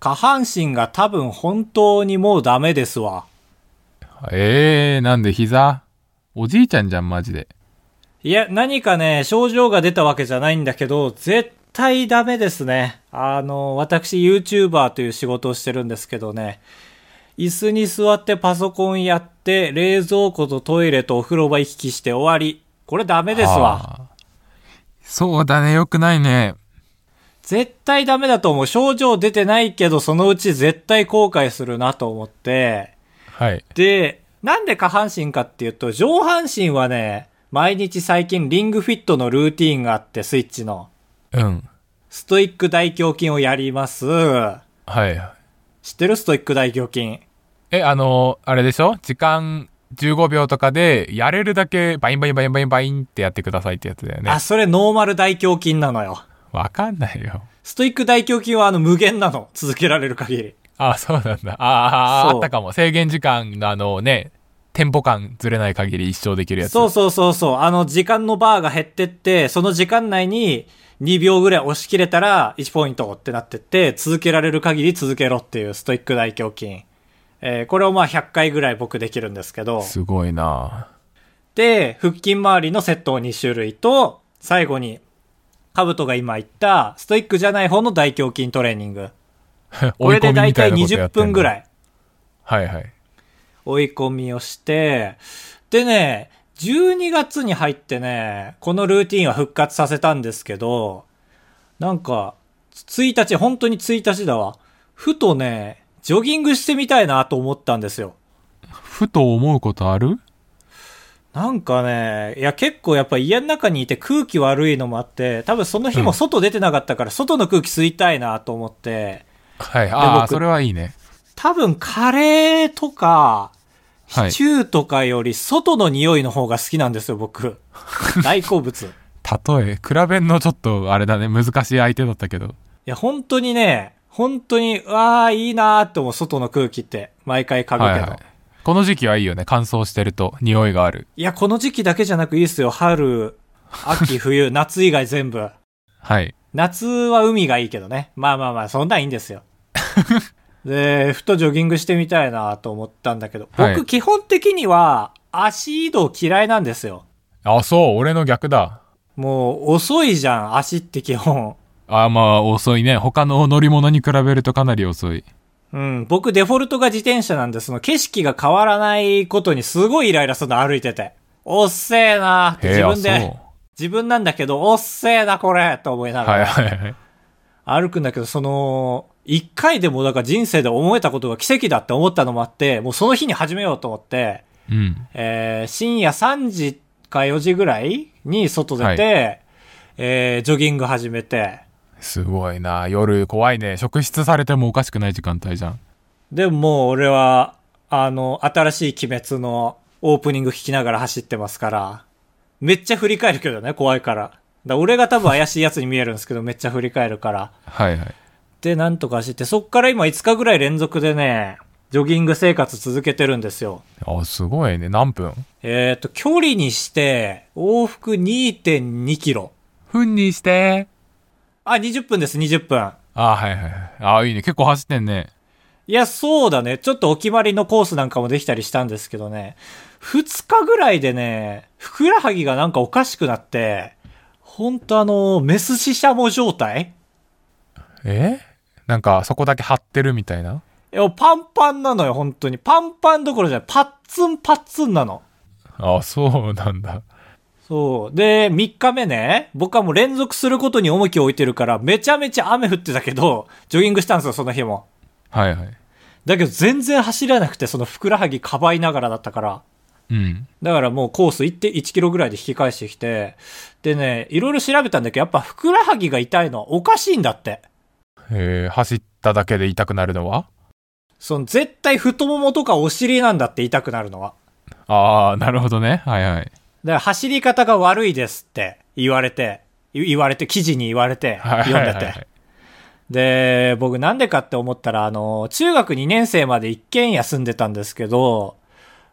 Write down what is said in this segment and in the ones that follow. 下半身が多分本当にもうダメですわ。ええー、なんで膝おじいちゃんじゃん、マジで。いや、何かね、症状が出たわけじゃないんだけど、絶対ダメですね。あの、私 YouTuber という仕事をしてるんですけどね、椅子に座ってパソコンやって、冷蔵庫とトイレとお風呂場行き来して終わり。これダメですわ。はあ。そうだね、よくないね。絶対ダメだと思う。症状出てないけど、そのうち絶対後悔するなと思って、はい。で、なんで下半身かっていうと、上半身はね、毎日最近リングフィットのルーティーンがあって、スイッチの。うん。ストイック大胸筋をやります。はい。知ってるストイック大胸筋。え、あのあれでしょ時間15秒とかで、やれるだけバインバインバインバインバインってやってくださいってやつだよねあ、。それノーマル大胸筋なのよ。わかんないよ。ストイック大胸筋はあの無限なの。続けられる限り。あ、そうなんだ。ああ、そうあったかも。制限時間のあのね、テンポ感ずれない限り一生できるやつ。そうそうそうそう。あの時間のバーが減ってって、その時間内に2秒ぐらい押し切れたら1ポイントってなってって、続けられる限り続けろっていうストイック大胸筋。えーこれをまあ100回ぐらい僕できるんですけど。すごい なで、腹筋周りのセットを2種類と、最後に、カブトが今言った、ストイックじゃない方の大胸筋トレーニング。これでだ大いた体い20分ぐらい。いはいはい。追い込みをして、でね、12月に入ってね、このルーティンは復活させたんですけど、なんか、1日、本当に1日だわ。ふとね、ジョギングしてみたいなと思ったんですよ。ふと思うことあるなんかね、いや結構やっぱ家の中にいて空気悪いのもあって、多分その日も外出てなかったから外の空気吸いたいなと思って、はい。ああ、僕それはいいね。多分カレーとか、シはい。チューとかより外の匂いの方が好きなんですよ、 僕。大好物。い例え、比べんのちょっとあれだね、難しい相手だったけど。や、本当にね、本当に、うわあいいなーって思う、外の空気って。毎回嗅ぐけど。はいいはい。この時期はいいよね。乾燥してると匂いがある。や、この時期だけじゃなくいいですよ。春、秋、冬、 夏以外全部。はい。夏は海がいいけどね。まあまあまあ、そんなんいいんです よ。で、ふとジョギングしてみたいなと思ったんだけど、はい僕基本的には足移動嫌いなんですよ。あ、そう、俺の逆だ。もう遅いじゃん、足って基本。あ、まあ、遅いね。他の乗り物に比べるとかなり遅い。うん、僕デフォルトが自転車なんで、その景色が変わらないことにすごいイライラするの歩いてて。おっせえなーってへえ、自あ、分そう。で、自分なんだけど、おっせえなこれと思いながはいらはいはい。歩くんだけど、その、一回でもだから人生で思えたことが奇跡だって思ったのもあって、もうその日に始めようと思って、うん。えー深夜3時か4時ぐらいに外出て、えージョギング始めて、すごいな。夜怖いね。職質されてもおかしくない時間帯じゃん。でももう俺は、あの、新しい鬼滅のオープニング聞きながら走ってますから、めっちゃ振り返るけどね、怖いから。だから俺が多分怪しいやつに見えるんですけど、めっちゃ振り返るから。はいはい。で、なんとか走って、そっから今5日ぐらい連続でね、ジョギング生活続けてるんですよ。あ、すごいね。何分えっ、と、距離にして、往復2.2キロ。分にして。あ、20分です、20分。あ、はいはいはい。あ、いいね。結構走ってんね。いや、そうだね。ちょっとお決まりのコースなんかもできたりしたんですけどね。2日ぐらいでね、ふくらはぎがなんかおかしくなって、ほんとあの、メスシシャモ状態えなんか、そこだけ張ってるみたいな。いやパンパンなのよ、本当に。パンパンどころじゃない。パッツンパッツンなの。あ、そうなんだ。そう。で、3日目ね、僕はもう連続することに重きを置いてるから、めちゃめちゃ雨降ってたけど、ジョギングしたんですよ、その日も。はいはい。だけど全然走れなくて、そのふくらはぎかばいながらだったから。うん。だからもうコース1.1キロぐらいで引き返してきて、でね、いろいろ調べたんだけど、やっぱふくらはぎが痛いのはおかしいんだって。えー、走っただけで痛くなるのはその絶対太ももとかお尻なんだって痛くなるのは。ああ、なるほどね。はいはい。だから走り方が悪いですって言われて、い言われて、記事に言われて、はい読んではいはて。いで、僕なんでかって思ったら、あの、中学2年生まで一軒家住んでたんですけど、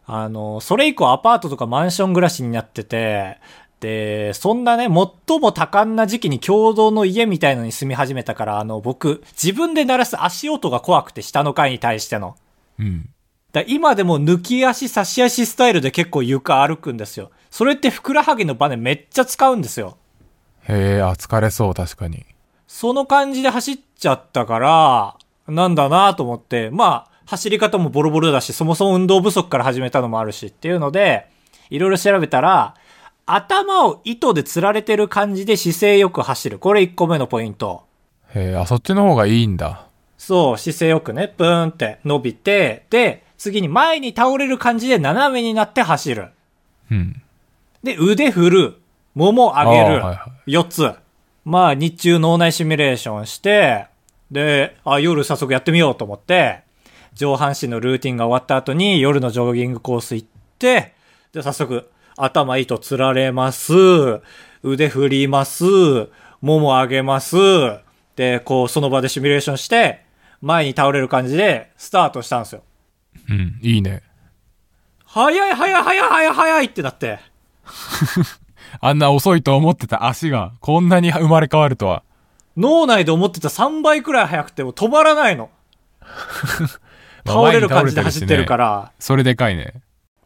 あの、それ以降アパートとかマンション暮らしになってて、で、そんなね、最も多感な時期に共同の家みたいのに住み始めたから、あの、僕、自分で鳴らす足音が怖くて、下の階に対しての。うん。だ今でも抜き足差し足スタイルで結構床歩くんですよ。それってふくらはぎのバネめっちゃ使うんですよ。へえ、あ、疲れそう、確かに。その感じで走っちゃったから、なんだなと思って、まあ、走り方もボロボロだし、そもそも運動不足から始めたのもあるしっていうので、いろいろ調べたら、頭を糸で吊られてる感じで姿勢よく走る。これ1個目のポイント。へえ、あ、そっちの方がいいんだ。そう、姿勢よくね、プーンって伸びて、で、次に前に倒れる感じで斜めになって走る。うん。で、腕振る。も上げる。あーはい4はつ。まあ、日中脳内シミュレーションして、で、あ、夜早速やってみようと思って、上半身のルーティンが終わった後に夜のジョギングコース行って、で、早速、頭糸つられます。腕振ります。もも上げます。で、こう、その場でシミュレーションして、前に倒れる感じでスタートしたんですよ。うん、いいね。早い早い早い早い早いってなって。あんな遅いと思ってた足が、こんなに生まれ変わるとは。脳内で思ってた3倍くらい速くてもう止まらないの。まあ倒れる前感にじで倒れてるしね走ってるから。それでかいね。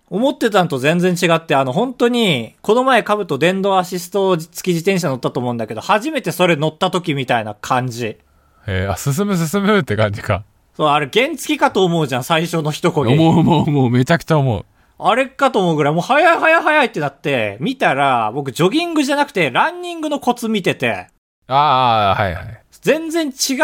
思ってたのと全然違って、あの、本当に、この前株と電動アシスト付き自転車乗ったと思うんだけど、初めてそれ乗った時みたいな感じ。へえ、あ、進む進むって感じか。そう、あれ原付きかと思うじゃん、最初の一こぎ。思う思う思う、めちゃくちゃ思う。あれかと思うぐらい、もう早い早い早いってなって、見たら、僕ジョギングじゃなくて、ランニングのコツ見てて、ああ、はいはい。全然違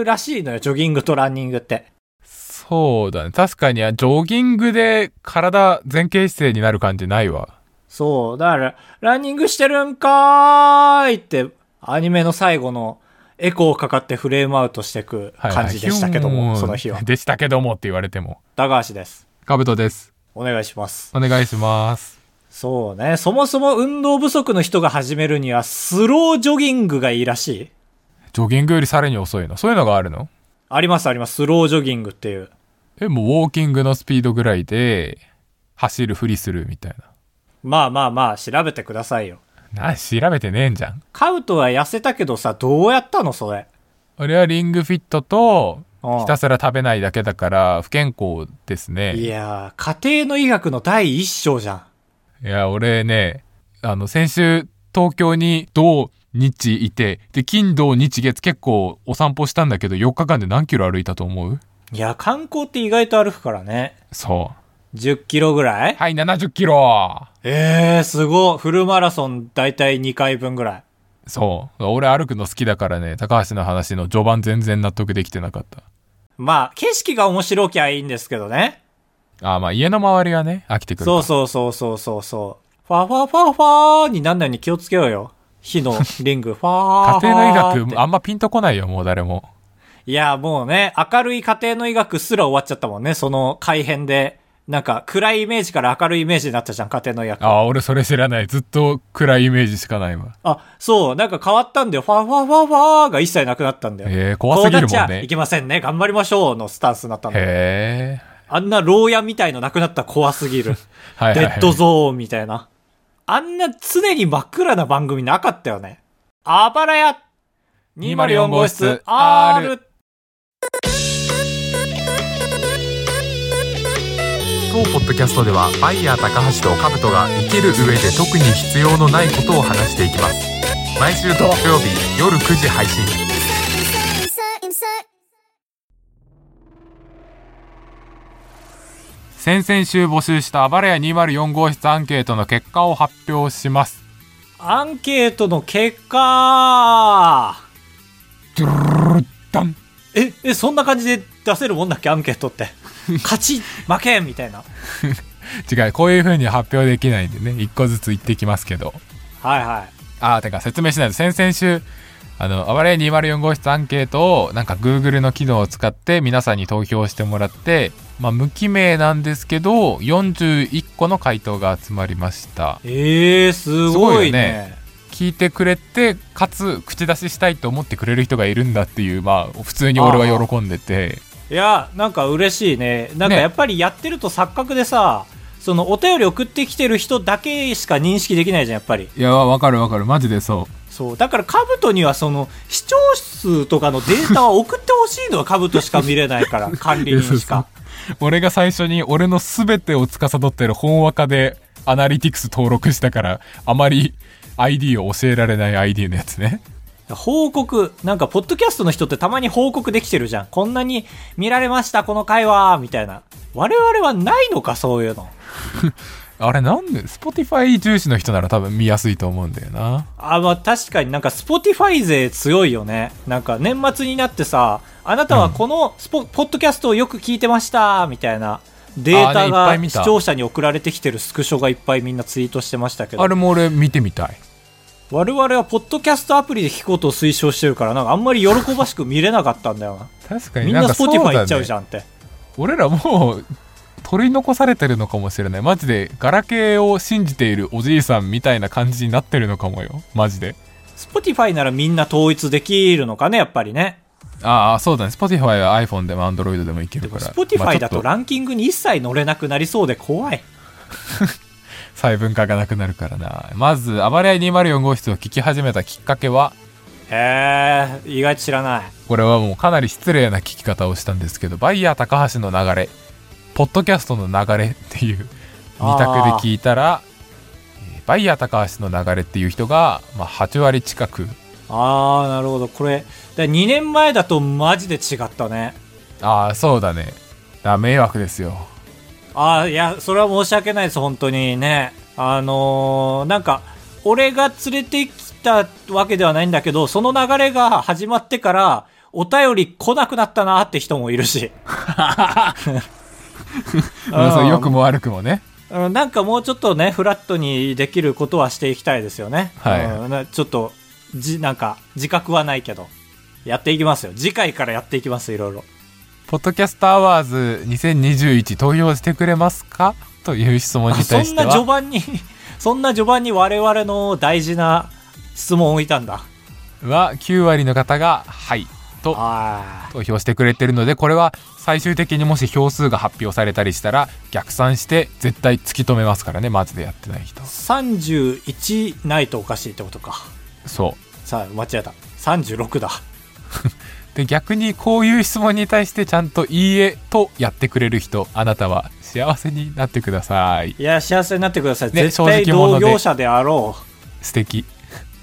うらしいのよ、ジョギングとランニングって。そうだね。確かに、あジョギングで体前傾姿勢になる感じないわ。そう。だから、ランニングしてるんかーいって、アニメの最後のエコーかかってフレームアウトしてくはいはい感じでしたけども、ヒューンその日は。でしたけどもって言われても。高橋です。カブトです。お願いします。お願いします。そうね。そもそも運動不足の人が始めるには、スロージョギングがいいらしい。ジョギングよりさらに遅いの。そういうのがあるのありますあります。スロージョギングっていう。え、もうウォーキングのスピードぐらいで、走るふりするみたいまあまあまあ、調べてくださいよ。な。な、調べてねえんじゃん。カウトは痩せたけどさ、どうやったのそれ。俺はリングフィットと、うんひたすら食べないだけだから、不健康ですね。いいやー、家庭の医学の第一章じゃん。や、俺ね、あの、先週、東京に、土、日いて、で、金、土、日、月、結構お散歩したんだけど、4日間で何キロ歩いたと思ういや、観光って意外と歩くからね。そ。10キロぐらいうはい、70キロええー、すごい。フルマラソン大体2回分ぐらい。そう。俺歩くの好きだからね、高橋の話の序盤全然納得できてなかった。まあ、景色が面白きゃいいんですけどね。あーまあ家の周りはね、飽きてくるかそうそうそうそうそうそう。ファファファファーになんないように気をつけようよ。火のリング、ファー家ファー。庭の医学、学あんまピンとこないよ、もう誰も。いや、もうね、明るい家庭の医学すら終わっちゃったもんね。その改変で。なんか、暗いイメージから明るいイメージになったじゃん、家庭の医学。ああ、俺それ知らない。ずっと暗いイメージしかないわ。あ、そう、なんか変わったんだよ。ファファファファーが一切なくなったんだよ。えー怖すぎるもんねこうなっちゃいけませんね。頑張りましょうのスタンスになったんだよ。へえ。あんな牢屋みたいのなくなったら怖すぎる。はいはい、デはい。ッドゾーンみたいな。あんな常に真っ暗な番組なかったよね。あばらや !204 号室 R! 当ポッドキャストでは、バイヤー高橋とカブトが生きる上で特に必要のないことを話していきます。毎週土曜日夜9時配信。 insert, insert. 先々週募集したバレア204号室アンケートの結果を発表します。アンケートの結果ダンえ、え、そんな感じで出せるもんだっけアンケートって。勝ち、負けみたいな。違う、こういう風に発表できないんでね、一個ずつ言ってきますけど。はいはい。あー、てか説明しないと、先々週、あの、あばれ204号室アンケートを、なんか Google の機能を使って皆さんに投票してもらって、まあ、無記名なんですけど、41個の回答が集まりました。えー、すすごごいいよねね。聞いてくれて、かつ、口出ししたいと思ってくれる人がいるんだっていう、まあ、普通に俺は喜んでて、いや、なんか嬉しいね。なんかねやっぱりやってると錯覚でさ、そのお便り送ってきてる人だけしか認識できないじゃんやっぱりいやわかるわかるマジでそそうだからカブトにはその視聴数とかのデータを送ってほしいのはカブトしか見れない から管理人しかう俺が最初に俺の全てを司ってる本若でアナリティクス登録したからあまり ID を教えられない ID のやつね報告なんかポッドキャストの人ってたまに報告できてるじゃんこんなに見られましたこの回はみたいな我々はないのかそういうのあれなんで Spotify 重視の人なら多分見やすいと思うんだよなあまあ確かになんか Spotify 勢強いよねなんか年末になってさあなたはこのスポ、ポッドキャストをよく聞いてましたみたいなデーあーねタいっぱがい見た視聴者に送られてきてるスクショがいっぱいみんなツイートしてましたけどあれも俺見てみたい我々はポッドキャストアプリで聞くことを推奨してるからなんかあんまり喜ばしく見れなかったんだよな確かみにんななんかそうだ、ね、 Spotify 行っちゃうじゃんって俺らもう取り残されてるのかもしれないマジでガラケーを信じているおじいさんみたいな感じになってるのかもよマジで Spotify ならみんな統一できるのかねやっぱりねああそうだね Spotify は iPhone でも Android でもいけでるかもら Spotify だとまあちょっランキングに一切乗れなくなりそうで怖い細分化がなくなるからなまず「暴れ合い204号室」を聞き始めたきっかけはへえ意外と知らないこれはもうかなり失礼な聞き方をしたんですけどバイヤー高橋の流れポッドキャストの流れっていうあー2択で聞いたらえーバイヤー高橋の流れっていう人が、まあ、8割近くああなるほどこれ2年前だとマジで違ったねああそうだねあ迷惑ですよああいやそれは申し訳ないです本当にねあのーなんか俺が連れてきたわけではないんだけどその流れが始まってからお便り来なくなったなって人もいるしまあ そううん良くも悪くもねうんなんかもうちょっとねフラットにできることはしていきたいですよね、はいうんなちょっとじなんか自覚はないけどやっていきますよ次回からやっていきますいろいろポッドキャストアワーズ2021投票してくれますかという質問にあそ対しんてな序は盤に そんな序盤に我々の大事な質問を置いたんだは9割の方が「はい」とあ投票してくれてるのでこれは最終的にもし票数が発表されたりしたら逆算して絶対突き止めますからねマジでやってない人31ないとおかしいってことかそうさあ間違えた36だで逆にこういう質問に対してちゃんと「いいえ」とやってくれる人あなたは幸せになってくださいいや幸せになってください、ね絶対正直者同で業者であろう素敵、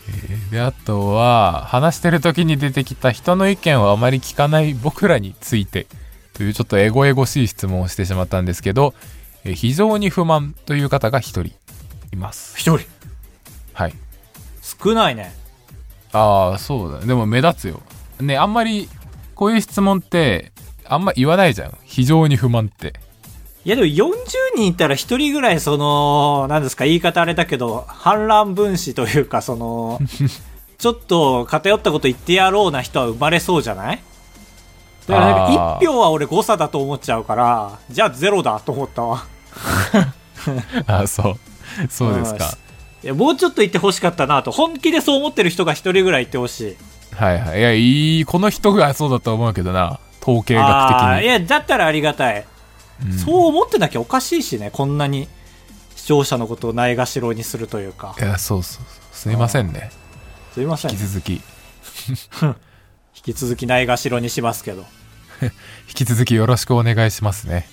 えーであとは話してる時に出てきた人の意見をあまり聞かない僕らについてというちょっとエゴエゴしい質問をしてしまったんですけど、えー非常に不満という方が一人います一人はい少ないねああそうだねでも目立つよねあんまりこういう質問ってあんま言わないじゃん非常に不満って いやでも40人いたら1人ぐらいその何ですか言い方あれだけど反乱分子というかそ のちょっと偏ったこと言ってやろうな人は生まれそうじゃないだからなんかあー1票は俺誤差だと思っちゃうからじゃあゼロだと思ったわああそうそうですかいやもうちょっと言ってほしかったなと本気でそう思ってる人が1人ぐらいいてほしいはいはいいやいいこの人がそうだと思うけどな統計学的ああーいにやだったらありがたい、うんそう思ってなきゃおかしいしねこんなに視聴者のことをないがしろにするというかいやそうそうそうすいませんねすいません引き続き引引き続きないがしろにしますけどき続きよろしくお願いしますね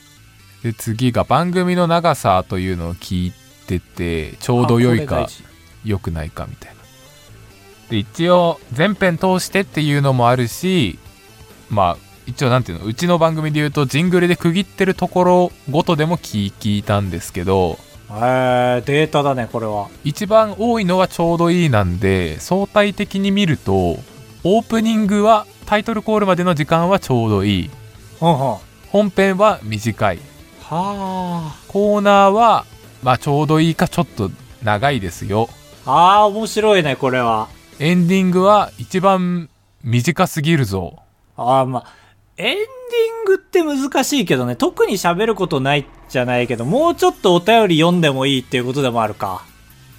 で次が番組の長さというのを聞いててちょうど良あこいれか大事良くないかみたいなで一応全編通してっていうのもあるしまあ一応なんていうのうちの番組で言うとジングルで区切ってるところごとでも聞聞いたんですけどえー、データだねこれは一番多いのはちょうどいいなんで相対的に見るとオープニングはタイトルコールまでの時間はちょうどいいほんほんは本編は短いあコーナーはまあちょうどいいかちょっと長いですよあー面白いねこれはエンディングは一番短すぎるぞああまあエンディングって難しいけどね特に喋ることないじゃないけどもうちょっとお便り読んでもいいっていうことでもあるか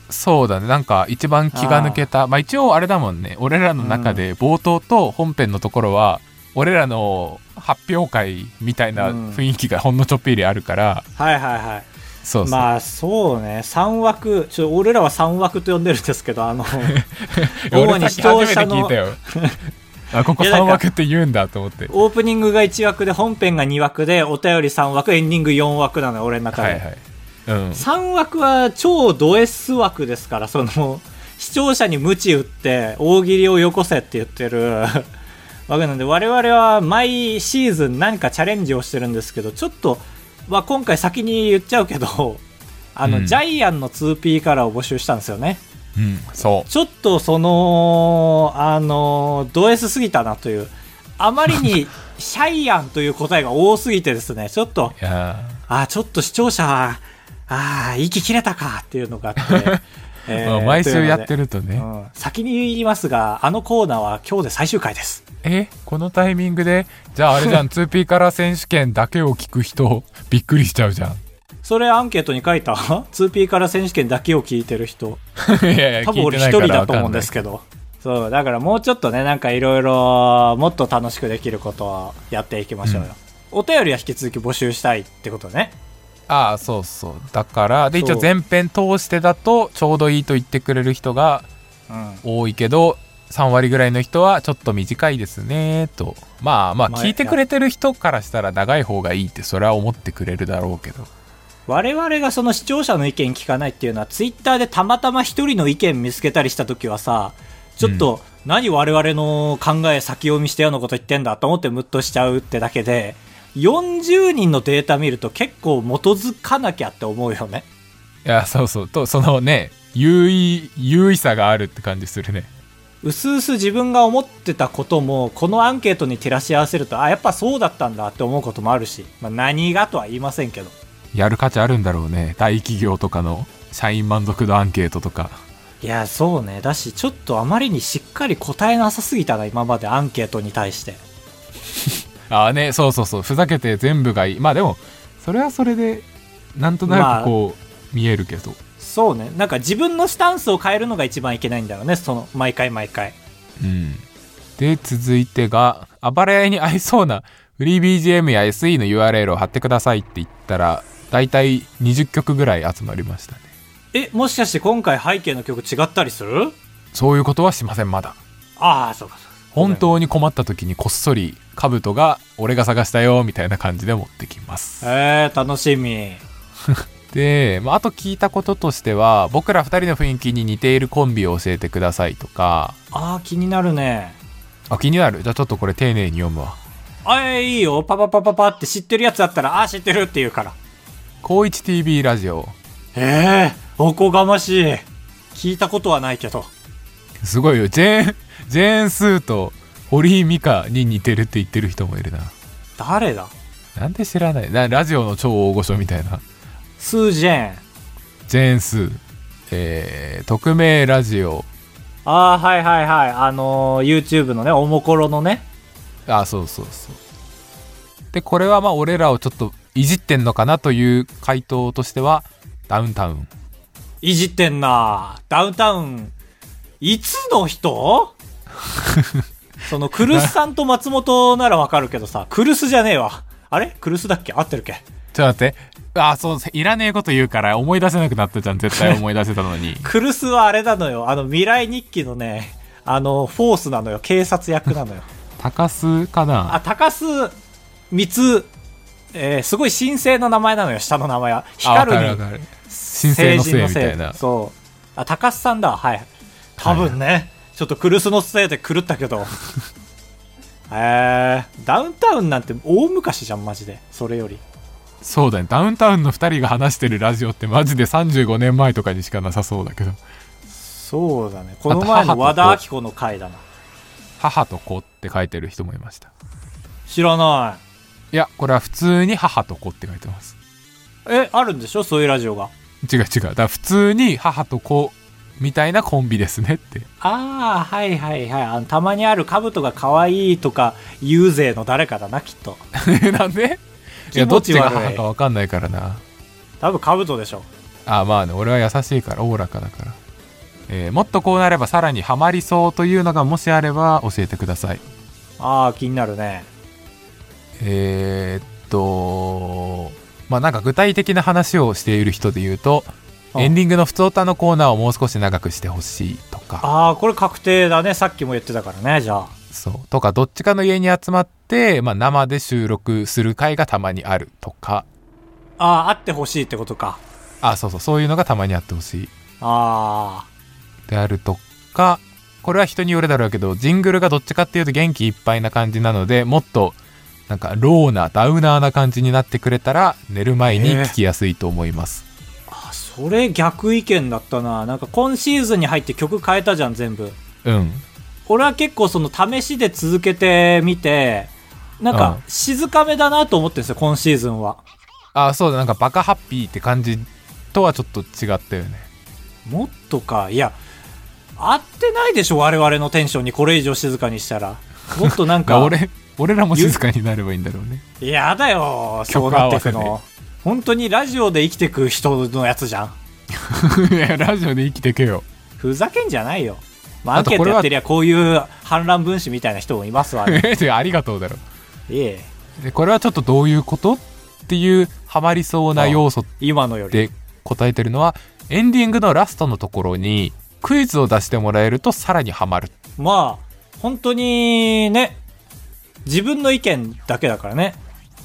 そうだねなんか一番気が抜けたまあ一応あれだもんね俺らの中で冒頭と本編のところは俺らの発表会みたいな雰囲気がほんのちょっぴりあるから、はいはいはいそうそう、まあそうね3枠ちょ俺らは3枠と呼んでるんですけどあの 主 俺にさっ視き聴初めて者聞いのたよ あここいやな3んか枠って言うんだと思ってオープニングが1枠で本編が2枠でお便り3枠エンディング4枠なのよ俺の中はで、いはいうん3枠は超ド S 枠ですからその視聴者に鞭打って大喜利をよこせって言ってる 枠なんで我々は毎シーズン何かチャレンジをしてるんですけどちょっと、まあ、今回先に言っちゃうけどあの、うんジャイアンの 2P カラーを募集したんですよねうんそちょっとそのあのド S すぎたなというあまり にシャイアンという答えが多すぎてですねちょっとういやあーちょっと視聴者は、ああ、息切れたかっていうのがあ って、えー、ーまあ毎週やってる、るとといねうのでうん先に言いますが、あのコーナーは今日で最終回です。えこのタイミングでじゃああれ じゃん 2P カラー選手権だけを聞く人びっくりしちゃう じゃんそれアンケートに書いた 2P から選手権だけを聞いてる人、いやいや多分 聞い俺一てない人からだわとか思うんなでいすけど。そう、だからもうちょっとね、なんかいろいろ、もっと楽しくできることをやっていきましょうよ。お便りは引き続き募集したいってことね。ああそうそうだからで一そ応う前編通してだとちょうどいいと言ってくれる人がうん。多いけど3割ぐらいの人はちょっと短いですねとまあまあまあ聞いてくれてる人からしたら長い方がいいってそれは思ってくれるだろうけど我々がその視聴者の意見聞かないっていうのはツイッターでたまたま一人の意見見つけたりした時はさちょっと何我々の考え先読みしてようなこと言ってんだと思ってムッとしちゃうってだけで40人のデータ見ると結構基づかなきゃって思うよねいやそうそうとそのね優位優位さがあるって感じするねうすうす自分が思ってたこともこのアンケートに照らし合わせるとあやっぱそうだったんだって思うこともあるし、まあ、何がとは言いませんけどやる価値あるんだろうね大企業とかの社員満足度アンケートとかいやそうねだしちょっとあまりにしっかり答えなさすぎたな今までアンケートに対してああねそうそうそうふざけて全部がいいまあでもそれはそれでなんとなくこう、見えるけどそうねなんか自分のスタンスを変えるのが一番いけないんだよねその毎回毎回うんで続いてが暴れ合いに合いそうなフリー BGM や SE の URL を貼ってくださいって言ったら大体20曲ぐらい集まりましたねえもしかして今回背景の曲違ったりするそういうことはしませんまだああそうかそうか本当に困った時にこっそり兜が俺が探したよみたいな感じで持ってきますえー、楽しみで、まあ、あと聞いたこととしては僕ら2人の雰囲気に似ているコンビを教えてくださいとかああ気になるねあ気になるじゃあちょっとこれ丁寧に読むわあえーいいよパパパパパって知ってるやつだったらああ知ってるって言うから高一 TV ラジオええおこがましい聞いたことはないけどすごいよジェーンジェーン・スーと堀井美香に似てるって言ってる人もいるな誰だなんで知らないなラジオの超大御所みたいなスージェーンジェーン・スーえー、匿名ラジオああはいはいはいあのー、YouTube のねおもころのねあそうそうそうでこれはまあ俺らをちょっといじってんのかなという回答としてはダウンタウンいじってんなダウンタウン、いつの人その、クルスさんと松本ならわかるけどさ、クルスじゃねえわ。あれクルスだっけ合ってるっけちょっと待ってあそういらねえこと言うから思い出せなくなったじゃん絶対思い出せたの にクルスはあれなのよ。あの、未来日記のね、あの、フォースなのよ。警察役なのよ。高須かなあ、高須光、えー、すごい神聖な名前なのよ。下の名前は。光るにる神聖のせいみたいなそうあ高須さんだはい多分ね、ちょっとクルスのせいで狂ったけ どえー、ダウンタウンなんて大昔じゃんマジでそれよりそうだねダウンタウンの2人が話してるラジオってマジで35年前とかにしかなさそうだけどそうだねこの前の和田アキ子の回だな「母と子」って書いてる人もいました知らないやこれは普通に「母と子」って書いてますいえあるんでしょそういうラジオが違う違うだから普通に「母と子」みたいなコンビですねって ああはいはいはいあのたまにある兜が可愛いとか幽霊の誰かだなきっとなんでい気やど持っちち悪いが母か分かんないからな多分兜でしょあまあね俺は優しいからおおらかだから、えーもっとこうなればさらにハマりそうというのがもしあれば教えてくださいああ気になるねえーっとまあなんか具体的な話をしている人で言うとうんエンディングの普通歌のコーナーをもう少し長くしてほしいとかああ、これ確定だね。さっきも言ってたからね、じゃあ。そうとかどっちかの家に集まって、まあ、生で収録する回がたまにあるとかああ、あってほしいってことか。あそうそうそういうのがたまにあってほしいあであるとかこれは人によるだろうけどジングルがどっちかっていうと元気いっぱいな感じなのでもっとなんかローなダウナーな感じになってくれたら寝る前に聞きやすいと思います、ああ、それ逆意見だったな。なんか今シーズンに入って曲変えたじゃん、全部。うん俺は結構その試しで続けてみて、なんうかん静かめだなと思ってるんですよ、今シーズンは。あそうだなんかバカハッピーって感じとはちょっと違ったよねもっとか。いや、合ってないでしょ、我々のテンションにこれ以上静かにしたら。もっとなん がか、俺俺らも静かになればいいんだろうねやだよ、曲そうなってく合わの。本当にラジオで生きてく人のやつじゃん。 いやラジオで生きてけよ ふざけんじゃないよ。まあ、アあンとケーこトれはやってりゃこういう反乱分子みたいな人もいますわ、ね。えありがとうだろいえ、でこれはちょっとどういうことっていうハマりそうな要素っ今のより。て答えてるのはエンディングのラストのところにクイズを出してもらえるとさらにハマるまあ、本当にね、自分の意見だけだからね。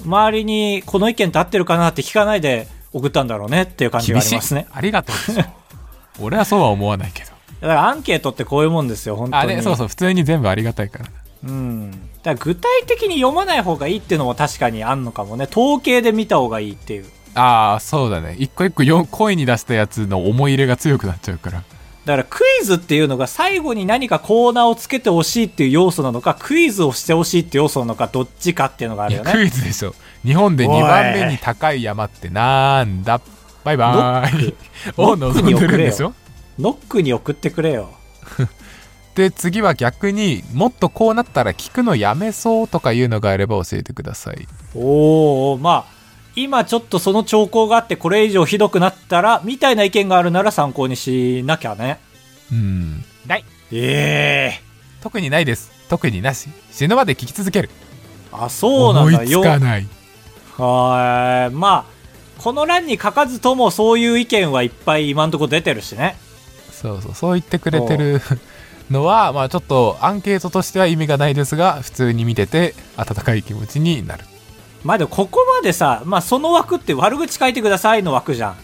周りにこの意見と合ってるかなって聞かないで送ったんだろうねっていう感じがありますね。ありがとうでしょ 俺はそうは思わないけどだからアンケートってこういうもんですよ、本当あに。でそうそう普通に全部ありがたいからうん。だから具体的に読まない方がいいっていうのも確かにあんのかもね。統計で見た方がいいっていう。ああそうだね一個一個よ声に出したやつの思い入れが強くなっちゃうからだからクイズっていうのが最後に何かコーナーをつけてほしいっていう要素なのか、クイズをしてほしいっていう要素なのか、どっちかっていうのがあいるやよクね。イズでしょ日本で2番目に高い山ってなんだバイバーイノをックノック望にん送れでよるんでしょノックに送ってくれよ。で次は逆にもっとこうなったら聞くのやめそうとかいうのがあれば教えてくださいおおまあ、今ちょっとその兆候があって、これ以上ひどくなったら、みたいな意見があるなら参考にしなきゃね。うんないええ特にないです特になし死ぬまで聞き続けるあ、そうなんだ思いつよ。かないはーい。まあ、この欄に書かずともそういう意見はいっぱい今んとこ出てるしね。そうそうそう言ってくれてるのはまあちょっとアンケートとしては意味がないですが普通に見てて温かい気持ちになるまあでもここまでさ、まあその枠って悪口書いてくださいの枠じゃん。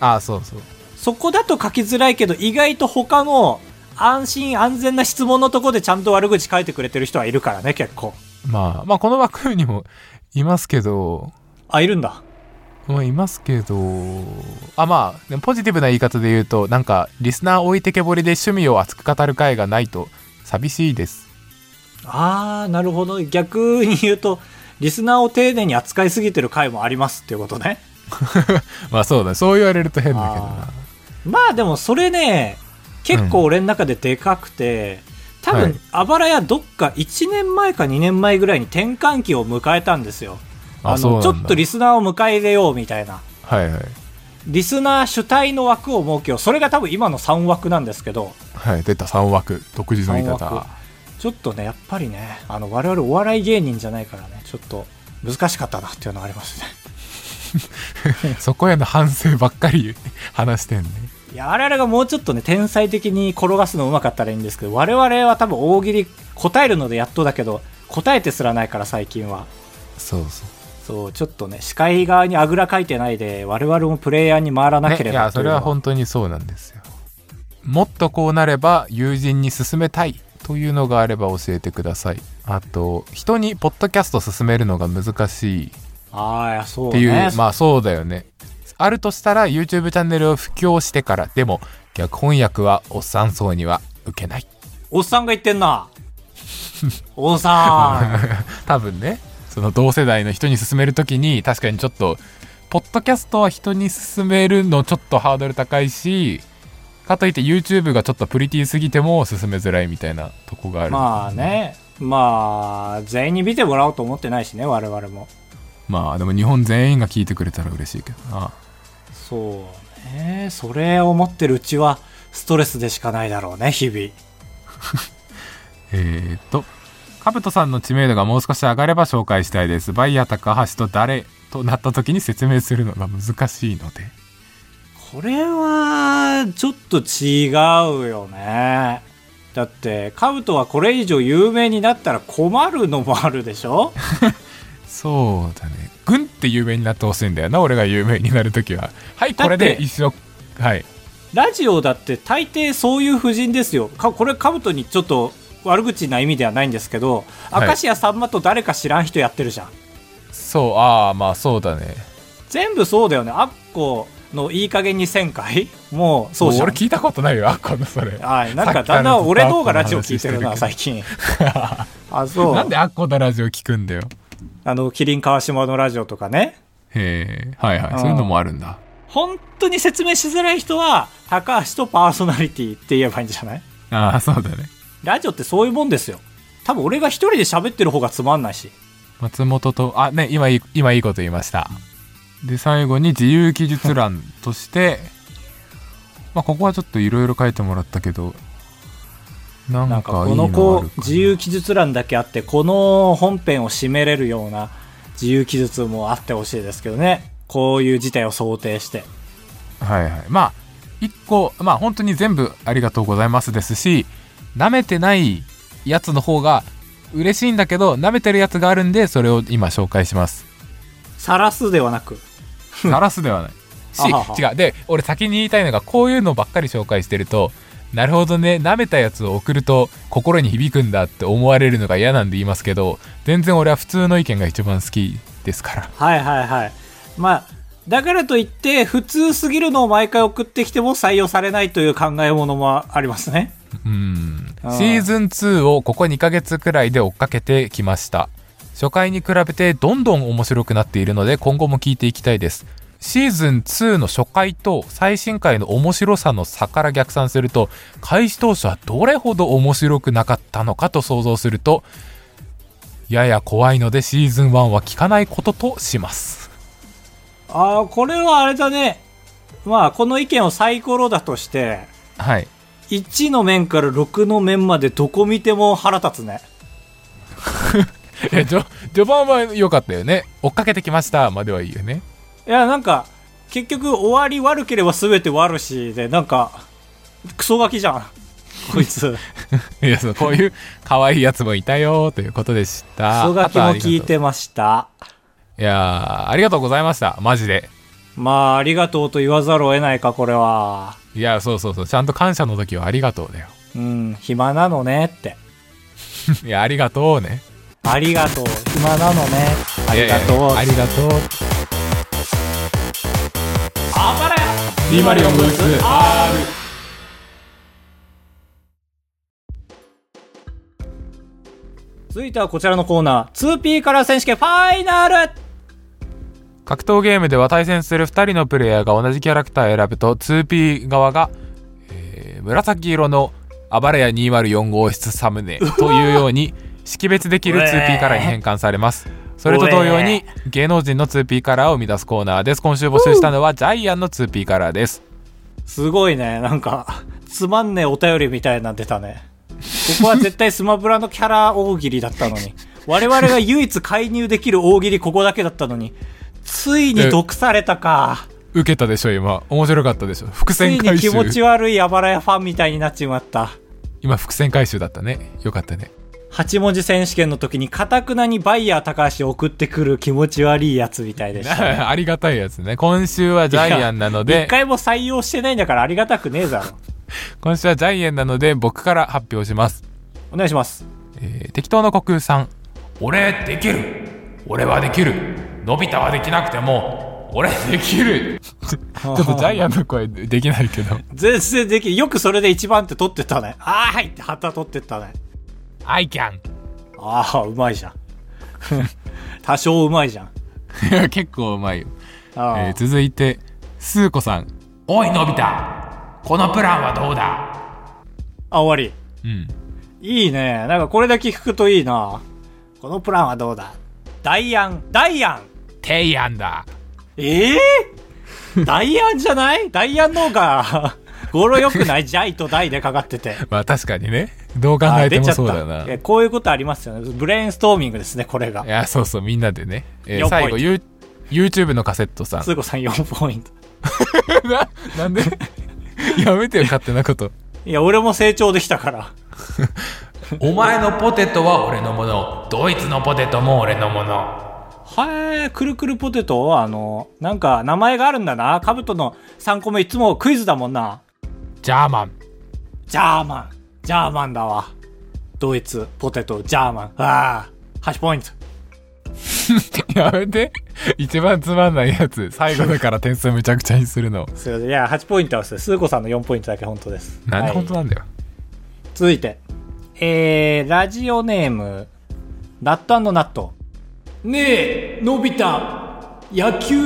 ああそうそうそこだと書きづらいけど、意外と他の安心安全な質問のとこでちゃんと悪口書いてくれてる人はいるからね、結構。まあまあこの枠にもいますけどあ、いるんだ。まあいますけどあまあでもポジティブな言い方で言うとなんかリスナー置いてけぼりで趣味を熱く語る会がないと寂しいですあー、なるほど。逆に言うと、リスナーを丁寧に扱いすぎてる回もありますっていうことね。まあそうだねそう言われると変だけどあなまあでもそれね、結構俺の中ででかくて、多は分い、あばらやどっか1年前か2年前ぐらいに転換期を迎えたんですよ。ああそうなの、ちんだょっとリスナーを迎え入れようみたいな。はいはいリスナー主体の枠を設けよう。それが多分今の3枠なんですけど、はい出た3枠独自の言い三方枠ちょっとね、やっぱりね、あの、我々お笑い芸人じゃないからね、ちょっと難しかったなっていうのはありますね。そこへの反省ばっかり 話してんねいや、我々がもうちょっとね、天才的に転がすの上手かったらいいんですけど、我々は多分大喜利答えるのでやっとだけど、答えてすらないから最近は。そうそうそう、ちょっとね、視界側にあぐらかいてないで、我々もプレイヤーに回らなけねれいばやといそうれのは本当にそうなんですよもっとこうなれば友人に勧めたいというのがあれば教えてくださいあと人にポッドキャスト勧めるのが難しいっああ、そうてね。いうまあそうだよねあるとしたら YouTube チャンネルを布教してからでも逆翻訳はおっさん層には受けないおっさんが言ってん な。おっさん。多分ねその同世代の人に勧めるときに確かにちょっとポッドキャストは人に勧めるのちょっとハードル高いしかといって YouTube がちょっとプリティすぎても勧めづらいみたいなとこがあるまあね、まあ、全員に見てもらおうと思ってないしね、我々も。まあでも日本全員が聞いてくれたら嬉しいけどなそうね、それを持ってるうちは、ストレスでしかないだろうね、日々。えー、っとカブトさんの知名度がもう少し上がれば紹介したいですバイヤー高橋と誰となった時に説明するのが難しいのでこれはちょっと違うよねだってカブトはこれ以上有名になったら困るのもあるでしょそうだね軍って有名になってほしいんだよな俺が有名になる時ははいこれだっでて一緒はいラジオだって大抵そういう布陣ですよかこれカブトにちょっと悪口な意味ではないんですけど、はい明石家さんまと誰か知らん人やってるじゃんそうああまあそうだね全部そうだよねアッコのいい加減に1000回もうそうもじうゃん俺聞いたことないよあこのそれはい、なんかさっきかだらんだん俺ずっとの方がアッラコジのオ話聞いてるなして最近あそうなんであっこのラジオ聞くんだよあの麒麟川島のラジオとかねへえはいはういんそういうのもあるんだ本当に説明しづらい人は高橋とパーソナリティって言えばいいんじゃないああそうだねラジオってそういうもんですよ多分俺が一人で喋ってる方がつまんないし松本とあね今いい今いいこと言いましたで最後に自由記述欄としてまあここはちょっといろいろ書いてもらったけどなんなんかかいこいののある子かな自由記述欄だけあってこの本編を締めれるような自由記述もあってほしいですけどねこういう事態を想定してはいはいまあ一個まあ本当に全部ありがとうございますですし舐めてないやつの方が嬉しいんだけど舐めてるやつがあるんでそれを今紹介します晒すではなく 鳴らすで はないあははし違うで俺先に言いたいのがこういうのばっかり紹介してるとなるほどね舐めたやつを送ると心に響くんだって思われるのが嫌なんで言いますけど全然俺は普通の意見が一番好きですからはいはいはい。まあ、だからといって、普通すぎるのを毎回送ってきても採用されないという考えものもありますね。うんシあーーズン2をここ2ヶ月くらいで追っかけてきました初回に比べてどんどん面白くなっているので今後も聞いていきたいですシーズン2の初回と最新回の面白さの差から逆算すると開始当初はどれほど面白くなかったのかと想像するとやや怖いのでシーズン1は聞かないこととしますああ、これはあれだね。まあ、この意見をサイコロだとして、はい1の面から6の面までどこ見ても腹立つね。 え序序盤は良かったよね追っかけてきましたまではいいよねいや、なんか、結局終わり悪ければ全て悪しで、なんか、クソガキじゃん。こいつ。いや、そう、こういう可愛いやつもいたよということでした。クソガキも あとありがとう聞い。てました。いやー、ありがとうございました。マジで。まあ、ありがとうと言わざるを得ないか、これは。いや、そうそうそう。ちゃんと感謝の時はありがとうだよ。 うん、暇なのねって。いや、ありがとうね。ありがとう。暇なのね。ありがとう。いやいやありがとう。あばれリマリオンブース R! 続いてはこちらのコーナー、2P カラー選手権ファイナル格闘ゲームでは対戦する2人のプレイヤーが同じキャラクターを選ぶと 2P 側が、えー紫色の暴れ屋204号室サムネというように識別できるうえ 2P カラーに変換されます。それと同様に芸能人の 2P カラーを生み出すコーナーです。今週募集したのはジャイアンの 2P カラーです。すごいね、なんか、つまんねえお便りみたいなん出たね。ここは絶対スマブラのキャラ大喜利だったのに。我々が唯一介入できる大喜利ここだけだったのに。ついに毒されたか。受けたでしょ今。面白かったでしょ。伏つい線に回気収。持ち悪いヤバラヤファンみたいになっちまった。今伏線回収だったね。よかったね。 8文字選手権の時に、かたくなにバイヤー高橋送ってくる気持ち悪いやつみたいでした。 ありがたいやつね。今週はジャイアンなので一。回も採用してないんだからありがたくねえだろ。今週はジャイアンなので僕から発表します、お願いします。えー適当の国空さん俺できる俺はできるのび太はできなくても俺できる ちょっとジャイアンの声できないけど全然できる。よくそれで1番って取ってったね。あーはいって旗取ってったね。 I can ああ、うまいじゃん。 多少うまいじゃん。結構うまいよ、あーえー続いてスー子さんおいのび太このプランはどうだあ、終わうんり。いいね。なんかこれだけ聞くといいな。このプランはどうだダイアン。ダイアン提案だええ ダイアンじゃないダイアンの方が 語呂良くないジャイとダイでかかってて。まあ確かにねどう考あえて出もちゃっそうだたなえこういうことありますよね。ブレインストーミングですね、これがい。や、そうそう、みんなでね。えー4最後、ポインゆう、 YouTube のカセットさんつこさん4ポイント。 ななんでやめてよ勝手なこといや、俺も成長できたから。お前のポテトは俺のものドイツのポテトも俺のものはい、くるくるポテトは、あの、なんか名前があるんだな。カブトの3個目いつもクイズだもんな。ジャーマンジャーマン。ジャーマンだわ。ドイツ、ポテト、ジャーマン。ああ、8ポイント。 やめて一番つまんないやつ最後だから点数むちゃくちゃにするのすいません。いや、8ポイントはすーこさんの4ポイントだけ本当です。なんではい本当なんだよ、続いて。えー、ラジオネーム、ナットナット。ねえ、のび太、野球、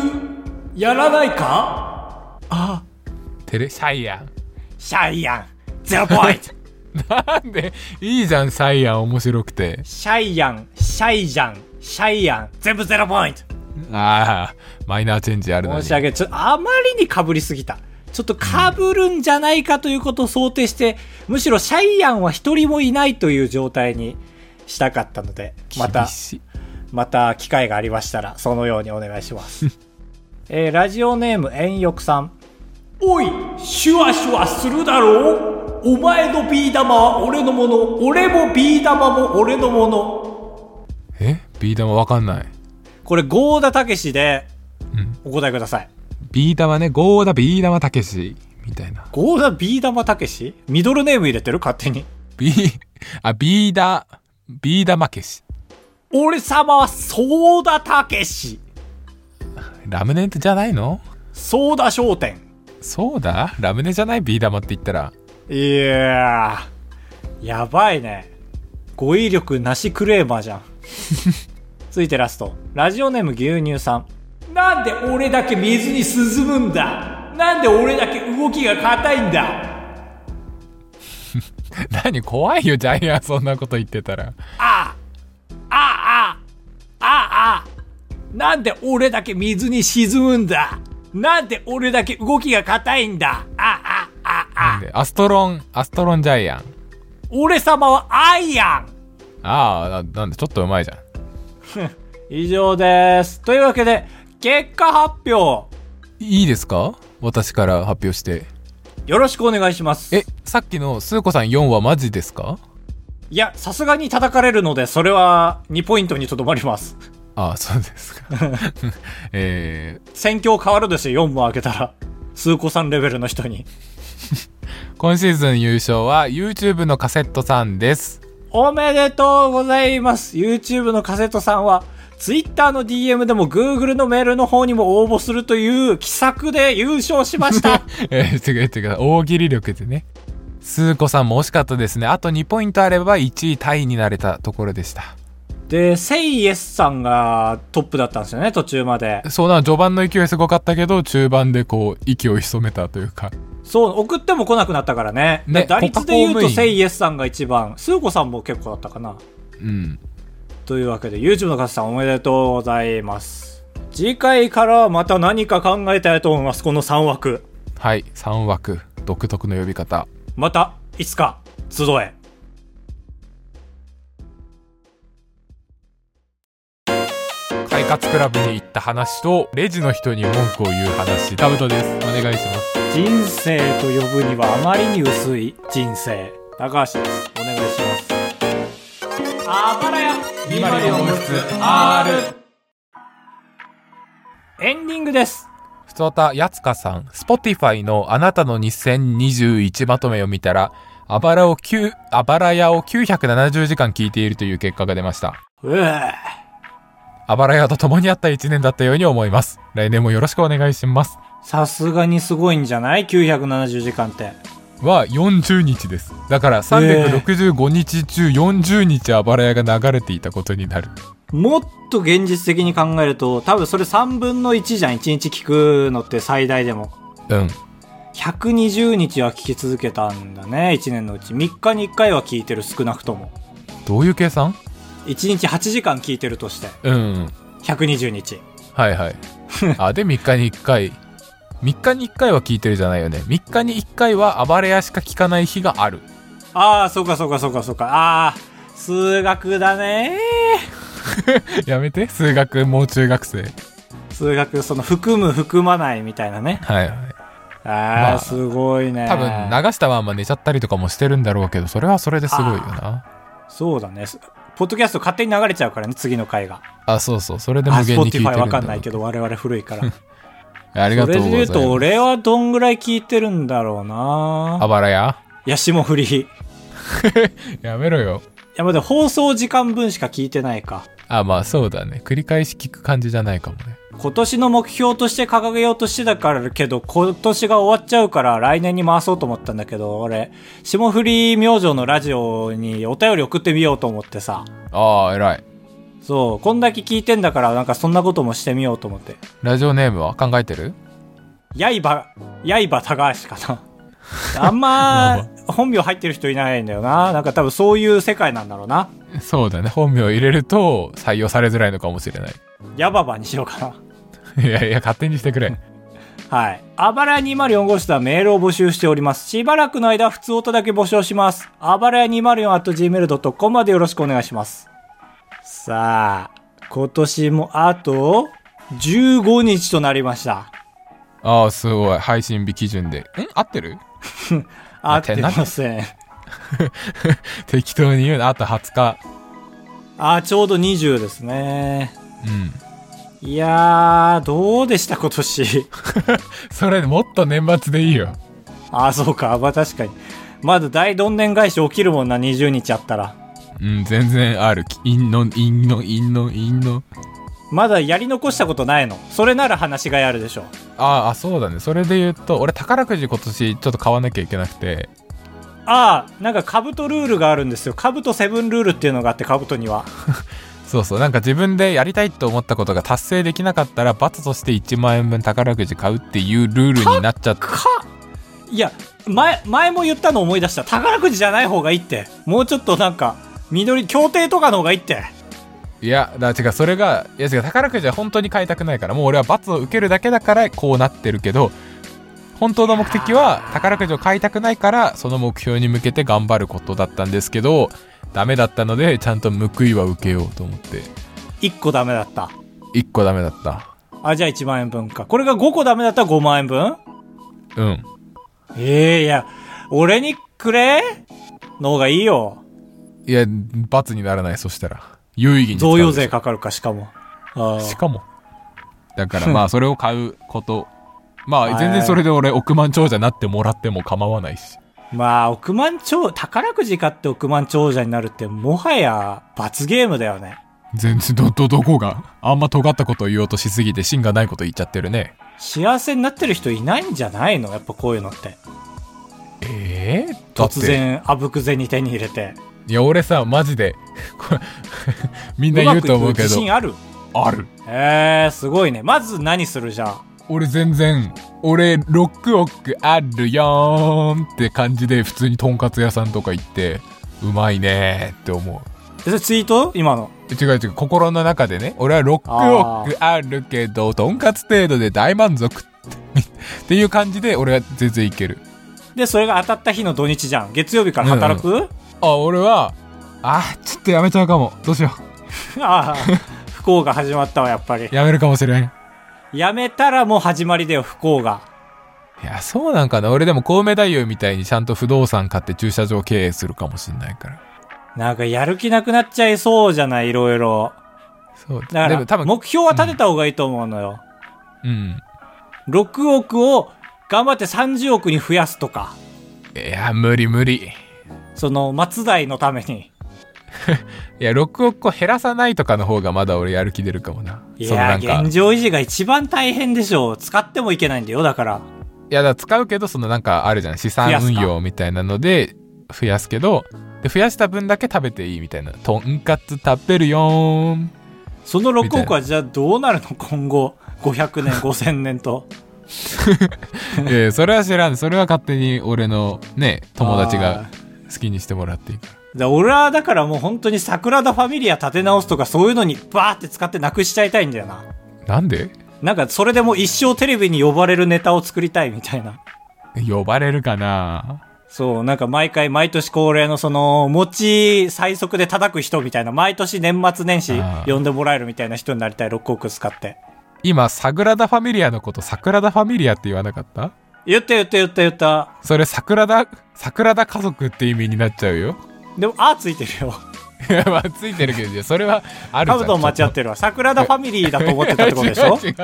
やらないかテレシャイアンシャイアン、ゼロポイント。なんでいいじゃんサイアン面白くてシャイアン、シャイジャン、シャイアン、全部ゼロポイント。ああマイナーチェンジあるのに申し訳、ちょ、あまりに被りすぎた。ちょっと被るんじゃないかということを想定して、むしろシャイアンは一人もいないという状態にしたかったので、また厳、しいまた機会がありましたら、そのようにお願いし ます。えーラジオネーム、円翼さん。おい、シュワシュワするだろうお前のビー玉は俺のもの、俺もビー玉も俺のもの。えビー玉わかんないこれ、ゴーダたけしでん、お答えください。ビー玉ねゴーダビー玉たけしみたいなゴーダビー玉たけしミドルネーム入れてる勝手に。ビーあビーダビー玉けし俺様はソーダたけし。ラムネじゃないのソーダ商店。そうだラムネじゃないビー玉って言ったら いやー、やばいね。語彙力なしクレーマーじゃん。続いてラスト。ラジオネーム牛乳さん。なんで俺だけ水に沈むんだなんで俺だけ動きが硬いんだ何怖いよジャイアンそんなこと言ってたらあああああなんで俺だけ水に沈むんだなんで俺だけ動きが硬いんだああああなんでアストロンアストロンジャイアン俺様はアイアンああななんでちょっとうまいじゃん以上です。というわけで、結果発表いいですか私から発表してよろしくお願いします。えさっきのスー子さん4はマジですかいや、さすがに叩かれるので、それは2ポイントにとどまります。 ああそうですか え戦況変わるですよ、4問開けたら。数個さんレベルの人に。ー、今シーズン優勝は YouTube のカセットさんですおめでとうございます !YouTube のカセットさんは、Twitter の DM でも Google のメールの方にも応募するという奇策で優勝しましたえー、ちょっと待って大喜利力でねスー子さんも惜しかったですねあと2ポイントあれば1位タイになれたところでしたで、セイエスさんがトップだったんですよね、途中まで。そうなの序盤の勢いすごかったけど中盤でこう息を潜めたというかそう、送っても来なくなったからね。ね打率で言う国家公務と員セイエスさんが一番、スーコさんも結構だったかな。うんというわけで、YouTube のカズさんおめでとうございます。次回からはまた何か考えたいと思います、この3枠。はい3枠独特の呼び方また、いつか、集え。快活クラブに行った話とレジの人に文句を言う話タブトですお願いします人生と呼ぶにはあまりに薄い人生。高橋です。お願いします。あばらやエンディングです。ふつおたやつかさん Spotify のあなたの2021まとめを見たらあばらを9あばら屋を970時間聞いているという結果が出ましたうえあばら屋と共にあった1年だったように思います来年もよろしくお願いしますさすがにすごいんじゃない ?970 時間って。は40日ですだから365日中40日あばら屋が流れていたことになるもっと現実的に考えると、多分それ3分の1じゃん。1日聞くのって最大でも。うん120日は聞き続けたんだね、1年のうち。3日に1回は聞いてる、少なくとも。どういう計算1日8時間聞いてるとして、うんうん120日。はいはい あで3日に1回3日に1回は聞いてるじゃないよね3日に1回は暴れ屋しか聞かない日があるああ、そうかそうかそうかそうか。ああ、数学だねやめて数学もう中学生数学、その、含む、含まないみたいなね。はい。あー、まあすごいね。多分流したまんま寝ちゃったりとかもしてるんだろうけど、それはそれですごいよな。そうだね。ポッドキャスト勝手に流れちゃうからね、次の回が。あ、そうそう、それであ、無ス限ポに聞テいてィるんフだァイわろうかんないけど、我々古い から。ありがそとうれでござ言いうと、ます。俺はどんぐらい聞いてるんだろうあな。ばらやいや、霜降り。いやめろよ。や、まだ放送時間分しか聞いてないか。あ、まあそうだね。繰り返し聞く感じじゃないかもね。今年の目標として掲げようとしてたからけど、今年が終わっちゃうから来年に回そうと思ったんだけど、俺、霜降り明星のラジオにお便り送ってみようと思ってさ。ああ、偉い。そう、こんだけ聞いてんだから、なんかそんなこともしてみようと思って。ラジオネームは考えてる刃、刃高橋 かな。あんま、本名入ってる人いないんだよな。なんか多分そういう世界なんだろうな。そうだね。本名を入れると採用されづらいのかもしれない。 ヤババにしようかな。いやいや、勝手にしてくれ。はい。あばらや204号室ではメールを募集しております。しばらくの間、普通音だけ募集します。あばらや 204.gmail.com までよろしくお願いします。さあ、今年もあと15日となりました。 ああ、すごい。配信日基準で。ん合ってるああってません。 適当に言うな。あと20日。あ、ちょうど20ですね。うん。いやー、どうでした今年。それ、もっと年末でいいよ。あ、そうか。まあ確かに。まだ大どんでん返し起きるもんな、20日あったら。うん、全然ある。陰の、陰の、陰の、陰の。まだやり残したことないの。それなら話がやるでしょう。ああ、そうだね。それで言うと、俺、宝くじ今年ちょっと買わなきゃいけなくて。ああ、なんかカブトルールがあるんですよ。カブトセブンルールっていうのがあって、カブトには。そうそう。なんか自分でやりたいと思ったことが達成できなかったら、罰として1万円分宝くじ買うっていうルールになっちゃって。かいや、前、前も言ったの思い出した。宝くじじゃない方がいいって。もうちょっとなんか、緑、協定とかの方がいいって。いや、だから違う、それが、いや違う、宝くじは本当に買いたくないから、もう俺は罰を受けるだけだから、こうなってるけど、本当の目的は、宝くじを買いたくないから、その目標に向けて頑張ることだったんですけど、ダメだったので、ちゃんと報いは受けようと思って、一個ダメだった。 1個ダメだった。あ、じゃあ1万円分か。これが5個ダメだったら5万円分うん。ええいや、俺にくれの方がいいよ。いや、罰にならない、そしたら。有意義に使う贈でしょ与税かかるか、しかも。ああしかも。だから、まあ、それを買うこと。まあ、全へー然それで俺、億万長者になってもらっても構わないし。まあ、億万長、宝くじ買って億万長者になるって、もはや、罰ゲームだよね。全然どどどこがあんま尖ったことを言おうとしすぎて芯がないこと言っちゃってるね幸せになってる人いないんじゃないのやっぱこういうのって。ええ突然、あぶくぜに手に入れて。いや俺さマジで これみんなま言うくいとく思うけ自ど信あるあるええー、すごいね。まず何するじゃん。俺全然俺ロックオックあるよーんって感じで普通にとんかつ屋さんとか行ってうまいねーって思うえそれツイート今の。違う違う心の中でね俺はロックオックあるけどとんかつ程度で大満足って っていう感じで俺は全然いけるで、それが当たった日の土日じゃん。月曜日から働く、あ俺はあちょっとやめちゃうかもどうしよ うああ、不幸が始まったわ、やっぱり。やめるかもしれん。いやめたらもう始まりだよ、不幸が。や、そうなんかな。俺でも神戸太夫みたいにちゃんと不動産買って駐車場経営するかもしんないから。なんかやる気なくなっちゃいそうじゃない、いろいろ。そう。だでかも多ら、分、目標は立てた方がいいと思うのよ。うん。 6億を頑張って30億に増やすとか。いや、無理無理。いその、松代のために。や、6億個減らさないとかの方がまだ俺やる気出るかもな。いそのやなんかー、現、状維持が一番大変でしょう。使ってもいけないんだよ、だから。いや、だから使うけど、そのなんかあるじゃん。資産運用みたいなので、増やすけど、で、増やした分だけ食べていいみたいな。とんかつ食べるよ ーん。そのみ6たい億なはじゃあどうなるの今後。500年、5000年 と。えー、それは知らん。それは勝手に俺のね、友達あが好きにしてもらっていいから。だ俺はだからもう本当に桜田ファミリア立て直すとかそういうのにバーって使ってなくしちゃいたいんだよな。なんでなんかそれでもう一生テレビに呼ばれるネタを作りたいみたいな。呼ばれるかなそう、なんか毎回毎年恒例のその、餅最速で叩く人みたいな、毎年年末年始あー呼んでもらえるみたいな人になりたい、6億使って。今、サグラダ・ファミリアのこと、サグラダ・ファミリアって言わなかった言った言った言った言った。それ、サグラダ、サグラダ家族って意味になっちゃうよ。 でも、あついてるよ。いやまあ、ついてるけど、それはあるじカゃん。ブトン間違ってるわ。桜田ファミリーだと思ってたってことでしょ 違う違う。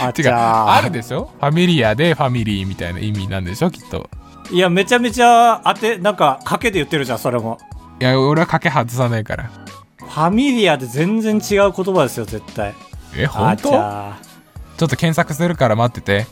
あ違ちうあゃるーでしょファミリアでファミリーみたいな意味なんでしょきっといや、めちゃめちゃ当て、なんか、賭けで言ってるじゃん、それも。いや俺は賭け外さないからファミリアで全然違う言葉ですよ、絶対。えあ本当ちゃーちょっと検索するから待ってて